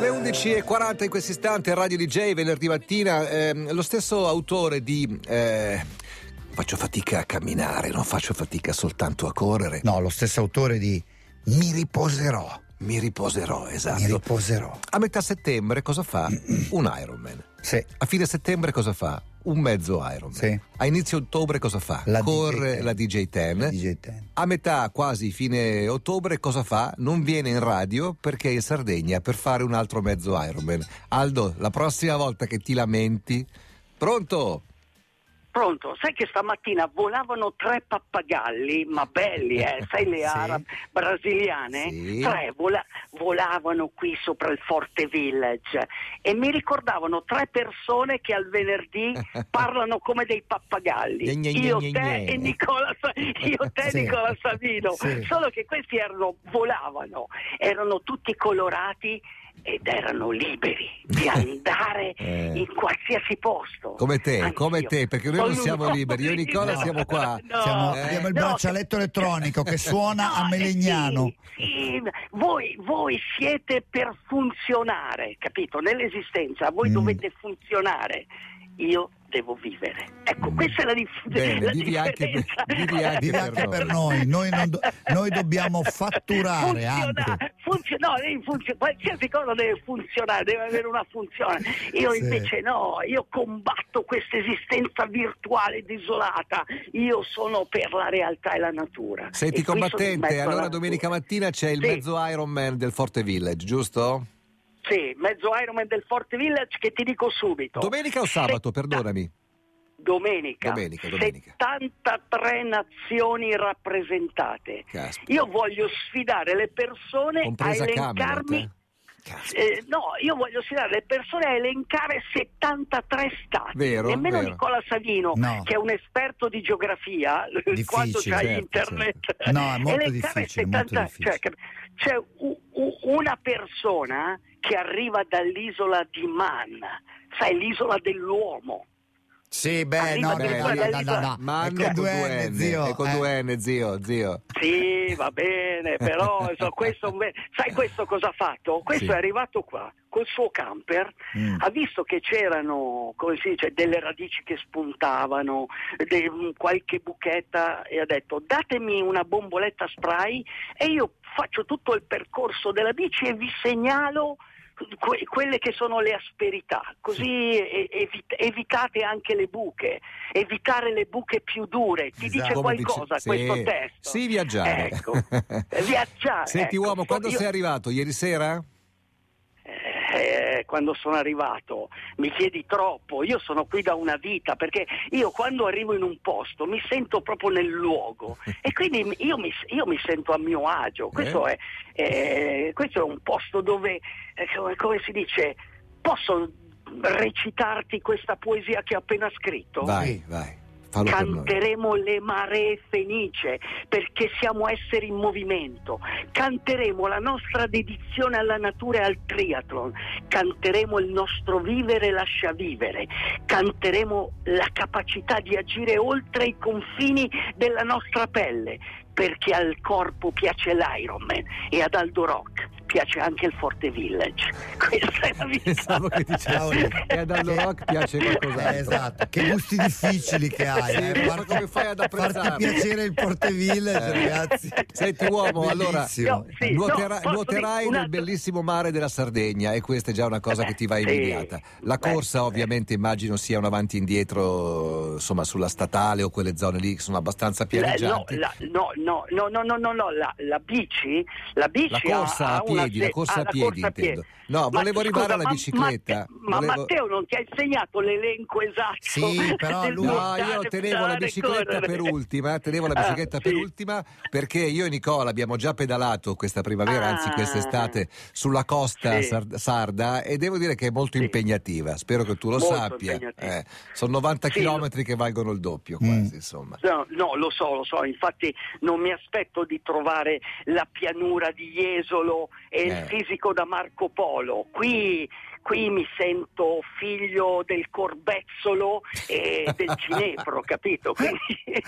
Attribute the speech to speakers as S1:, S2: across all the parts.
S1: Le 11.40 in questo istante, Radio DJ, venerdì mattina, ehm, lo stesso autore di... eh, faccio fatica a camminare, non faccio fatica soltanto a correre.
S2: No, lo stesso autore di Mi riposerò.
S1: Mi riposerò, esatto.
S2: Mi riposerò.
S1: a metà settembre cosa fa? Un Ironman.
S2: Sì,
S1: A fine settembre cosa fa? Un mezzo Ironman.
S2: sì.
S1: A inizio ottobre cosa fa?
S2: La
S1: Corre
S2: DJ10.
S1: la DJ10.
S2: DJ Ten.
S1: A metà, quasi fine ottobre, cosa fa? Non viene in radio perché è in Sardegna per fare un altro mezzo Ironman. Aldo, la prossima volta che ti lamenti. Pronto?
S3: Pronto, sai che stamattina volavano tre pappagalli, ma belli, eh, sai le
S1: Sì.
S3: arabe brasiliane?
S1: Sì.
S3: Tre vola- volavano qui sopra il Forte Village e mi ricordavano tre persone che al venerdì parlano come dei
S1: Gne, gne,
S3: pappagalli.
S1: gne,
S3: Io,
S1: gne,
S3: te
S1: gne.
S3: e Nicola, Sa- io, te e
S2: Sì.
S3: Nicola Savino.
S2: Sì.
S3: Solo che questi erano, volavano, erano tutti colorati ed erano liberi di andare
S1: Eh.
S3: in qualsiasi posto.
S1: Come te,
S3: Anch'io.
S1: come te, perché noi non
S3: Sono
S1: siamo
S3: un
S1: liberi. Io e Nicola
S3: no.
S1: siamo qua.
S3: No.
S2: Siamo-
S1: Eh.
S2: abbiamo il
S3: No,
S2: braccialetto elettronico che suona a
S3: No, eh,
S2: Melegnano.
S3: sì, sì, voi, voi siete per funzionare, capito? Nell'esistenza voi
S2: Mm.
S3: dovete funzionare. Io devo vivere. Ecco,
S1: Mm.
S3: questa è la, dif-
S1: Bene,
S3: la
S1: vivi anche per-
S3: differenza.
S1: vivi anche
S2: Vive anche per noi, noi, non do- noi dobbiamo fatturare
S3: Funziona-
S2: anche.
S3: funzio- no, devi funzio- qualsiasi cosa deve funzionare, deve avere una funzione. Io
S2: Sì.
S3: invece no, io combatto questa esistenza virtuale desolata. Io sono per la realtà e la natura.
S1: Senti
S3: E qui sono in mezzo
S1: combattente,
S3: alla
S1: allora
S3: natura.
S1: domenica mattina c'è il
S3: Sì.
S1: mezzo Ironman del Forte Village, giusto?
S3: Sì, mezzo Ironman del Forte Village che ti dico subito.
S1: Domenica o sabato,
S3: Setta-
S1: perdonami.
S3: Domenica.
S1: Domenica, domenica.
S3: 73 nazioni rappresentate.
S1: Caspita.
S3: Io voglio sfidare le persone
S1: Compresa eh.
S3: a
S1: Camera.
S3: elencarmi
S1: Caspita.
S3: Eh, no, io voglio sfidare le persone a elencare 73 stati.
S1: Vero,
S3: Nemmeno
S1: vero.
S3: Nicola Savino,
S2: No.
S3: che è un esperto di geografia,
S2: Difficile,
S3: quando c'ha
S2: certo,
S3: internet.
S2: certo. No, è molto
S3: Elencare
S2: difficile, molto difficile.
S3: cioè, cap- c'è u- u- una persona che arriva dall'isola di Man, sai, l'isola dell'uomo.
S2: Sì, beh,
S3: Arriva
S2: no,
S3: del
S2: beh, no, no,
S3: Paese.
S2: no, no.
S1: Ma
S2: È
S1: hanno con due N,
S2: ecco zio,
S1: è con
S2: eh.
S1: due N, zio, zio.
S3: Sì, va bene, però so, questo, sai questo cosa ha fatto? Questo
S1: Sì.
S3: è arrivato qua col suo camper,
S2: Mm.
S3: ha visto che c'erano come si dice, delle radici che spuntavano, de- un- qualche buchetta e ha detto datemi una bomboletta spray e io faccio tutto il percorso della bici e vi segnalo que- quelle che sono le asperità, così e- evit- evitate anche le buche, evitare le buche più dure, ti
S2: Esatto.
S3: dice
S1: Come
S3: qualcosa
S1: dice-
S3: questo
S1: sì.
S3: testo?
S1: Sì, viaggiare.
S3: Ecco, viaggiare.
S1: Senti,
S3: ecco.
S1: uomo, quando
S3: Io- Ecco.
S1: sei arrivato? Ieri sera?
S3: eh, quando sono arrivato mi chiedi troppo, io sono qui da una vita perché io quando arrivo in un posto mi sento proprio nel luogo e quindi mi- io mi, io mi sento a mio agio, questo,
S1: Eh.
S3: è, eh, questo è un posto dove, eh, come- come si dice, posso recitarti questa poesia che ho appena scritto?
S1: Vai, vai, fallo per noi.
S3: Canteremo le maree fenice perché siamo esseri in movimento. Canteremo la nostra dedizione alla natura e al triathlon. Canteremo il nostro vivere lascia vivere. Canteremo la capacità di agire oltre i confini della nostra pelle perché al corpo piace l'Ironman e ad Aldo Rock piace anche il Forte Village. Questa è la vita.
S1: Pensavo che dicessi
S2: Paolo.
S1: che ad Aldo Rock piace qualcos'altro.
S2: Eh, esatto, che gusti difficili che hai.
S1: Sì,
S2: eh.
S1: non so
S2: Farti-
S1: come fai ad apprezzarli.
S2: Farti piacere il Porte Village,
S1: Eh.
S2: ragazzi.
S1: Senti, uomo, allora,
S2: Bellissimo.
S3: No, sì.
S1: Nuotera-
S3: posso dire
S1: nuoterai
S3: un
S1: nel
S3: altro-
S1: bellissimo mare della Sardegna e questa è già una cosa
S3: Eh beh,
S1: che ti va
S3: sì.
S1: invidiata. La
S3: Beh,
S1: corsa
S3: eh.
S1: ovviamente immagino sia un avanti e indietro insomma sulla statale o quelle zone lì che sono abbastanza
S3: La- Eh, no,
S1: pianeggianti.
S3: la- no, no, no, no, no, no, no, la, la bici, la
S1: La
S3: bici ha-
S1: corsa
S3: ha
S1: a
S3: una
S1: piedi, la
S3: se-
S1: corsa
S3: ah,
S1: a
S3: la
S1: piedi
S3: corsa a piedi.
S1: intendo. No,
S3: Ma
S1: volevo arrivare
S3: scusa,
S1: alla
S3: ma-
S1: bicicletta.
S3: Matte- Ma,
S1: Volevo-
S3: Matteo non ti ha insegnato l'elenco esatto.
S2: Sì, però
S3: del
S2: lui-
S1: No,
S3: nuotare,
S1: Ah, io tenevo la
S3: pedalare,
S1: bicicletta
S3: correre.
S1: per ultima, eh, tenevo la
S3: Ah,
S1: bicicletta
S3: sì.
S1: per ultima perché io e Nicola abbiamo già pedalato questa primavera, anzi
S3: Ah.
S1: quest'estate, sulla costa
S3: Sì.
S1: sar- sarda e devo dire che è molto
S3: Sì.
S1: impegnativa, spero che tu lo
S3: Molto
S1: sappia.
S3: impegnativa.
S1: Eh, sono 90
S3: Sì,
S1: km che valgono il doppio
S2: Mm.
S1: quasi, insomma.
S3: No, no, lo so, lo so, infatti non mi aspetto di trovare la pianura di Jesolo e
S1: Eh.
S3: il fisico da Marco Polo. Qui, qui mi sento figlio del Corbezzolo e del Cinepro, capito?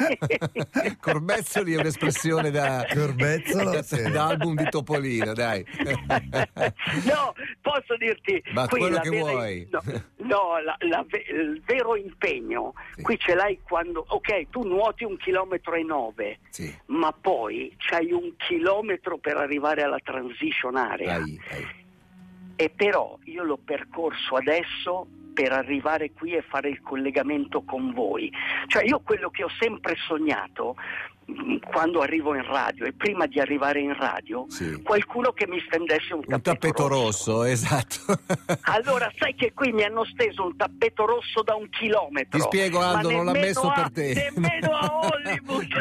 S3: Quindi-
S1: Corbezzoli è un'espressione da
S2: Corbezzolo,
S1: da-
S2: sì.
S1: da album di Topolino, dai.
S3: no, posso dirti
S1: Ma
S3: qui
S1: quello
S3: la
S1: che
S3: vera-
S1: vuoi.
S3: no, no, la- la ve- il vero impegno
S1: Sì.
S3: qui ce l'hai quando ok tu nuoti un chilometro e nove
S1: Sì.
S3: ma poi c'hai un chilometro per arrivare alla transition area
S1: Dai, dai.
S3: e però io l'ho percorso adesso per arrivare qui e fare il collegamento con voi. Cioè io quello che ho sempre sognato mh, quando arrivo in radio e prima di arrivare in radio,
S1: Sì.
S3: qualcuno che mi stendesse un tappeto,
S1: Un tappeto rosso, esatto.
S3: Allora sai che qui mi hanno steso un tappeto rosso da un chilometro.
S1: Ti spiego,
S3: Ma
S1: Aldo, non l'ha
S3: nemmeno
S1: messo
S3: a-
S1: per te.
S3: Nemmeno a Hollywood.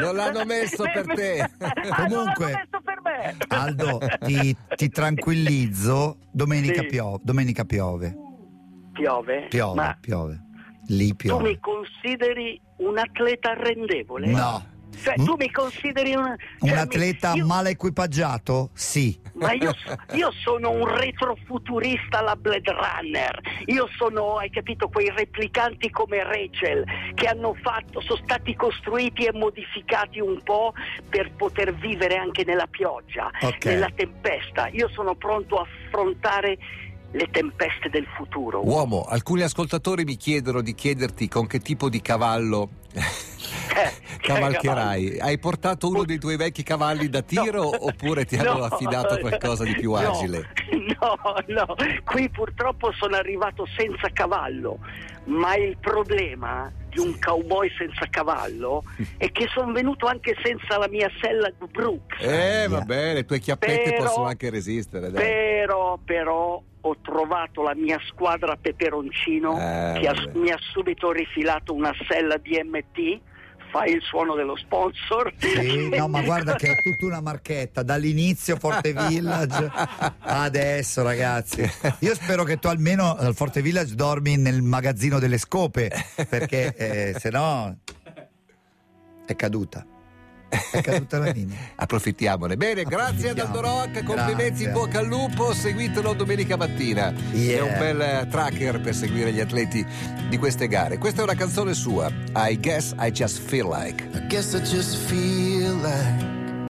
S1: Non l'hanno messo per te.
S3: Ah, non l'hanno
S2: Comunque,
S3: messo per me.
S2: Aldo, ti, ti tranquillizzo. Domenica,
S3: Sì.
S2: pio- domenica piove.
S3: Piove?
S2: Piove,
S3: Ma
S2: piove. Lì
S3: Tu mi
S2: piove.
S3: consideri un atleta rendevole?
S2: No.
S3: Cioè, tu mi consideri un,
S2: Un
S3: cioè,
S2: atleta
S3: mi- io-
S2: mal equipaggiato? Sì.
S3: Ma io, so- io sono un retrofuturista alla Blade Runner. Io sono, hai capito, quei replicanti come Rachel che hanno fatto, sono stati costruiti e modificati un po' per poter vivere anche nella pioggia,
S2: Ok.
S3: nella tempesta. Io sono pronto a affrontare le tempeste del futuro.
S1: Uomo, alcuni ascoltatori mi chiedono di chiederti con che tipo di cavallo
S3: Eh,
S1: cavalcherai. Hai portato uno dei tuoi vecchi cavalli da tiro
S3: No.
S1: oppure ti hanno
S3: No.
S1: affidato qualcosa di più
S3: No.
S1: agile?
S3: No, no, qui purtroppo sono arrivato senza cavallo, ma il problema di un cowboy senza cavallo è che sono venuto anche senza la mia sella Brooks.
S1: Eh, va bene, le tue chiappette
S3: Però-
S1: possono anche resistere. Dai.
S3: Però, però ho trovato la mia squadra peperoncino
S1: Eh,
S3: che ha-
S1: vabbè.
S3: mi ha subito rifilato una sella DMT. Fai il suono dello sponsor.
S2: Sì, no, ma guarda che è tutta una marchetta dall'inizio Forte Village adesso, ragazzi. Io spero che tu almeno al Forte Village dormi nel magazzino delle scope, perché eh, se no è caduta. È caduta la linea.
S1: Approfittiamone. Bene, grazie ad Aldo Rock, complimenti
S2: Grazie.
S1: in bocca al lupo, seguitelo domenica mattina.
S2: Yeah.
S1: È un bel eh, tracker per seguire gli atleti di queste gare. Questa è una canzone sua, I guess I just feel like.
S4: I guess I just feel like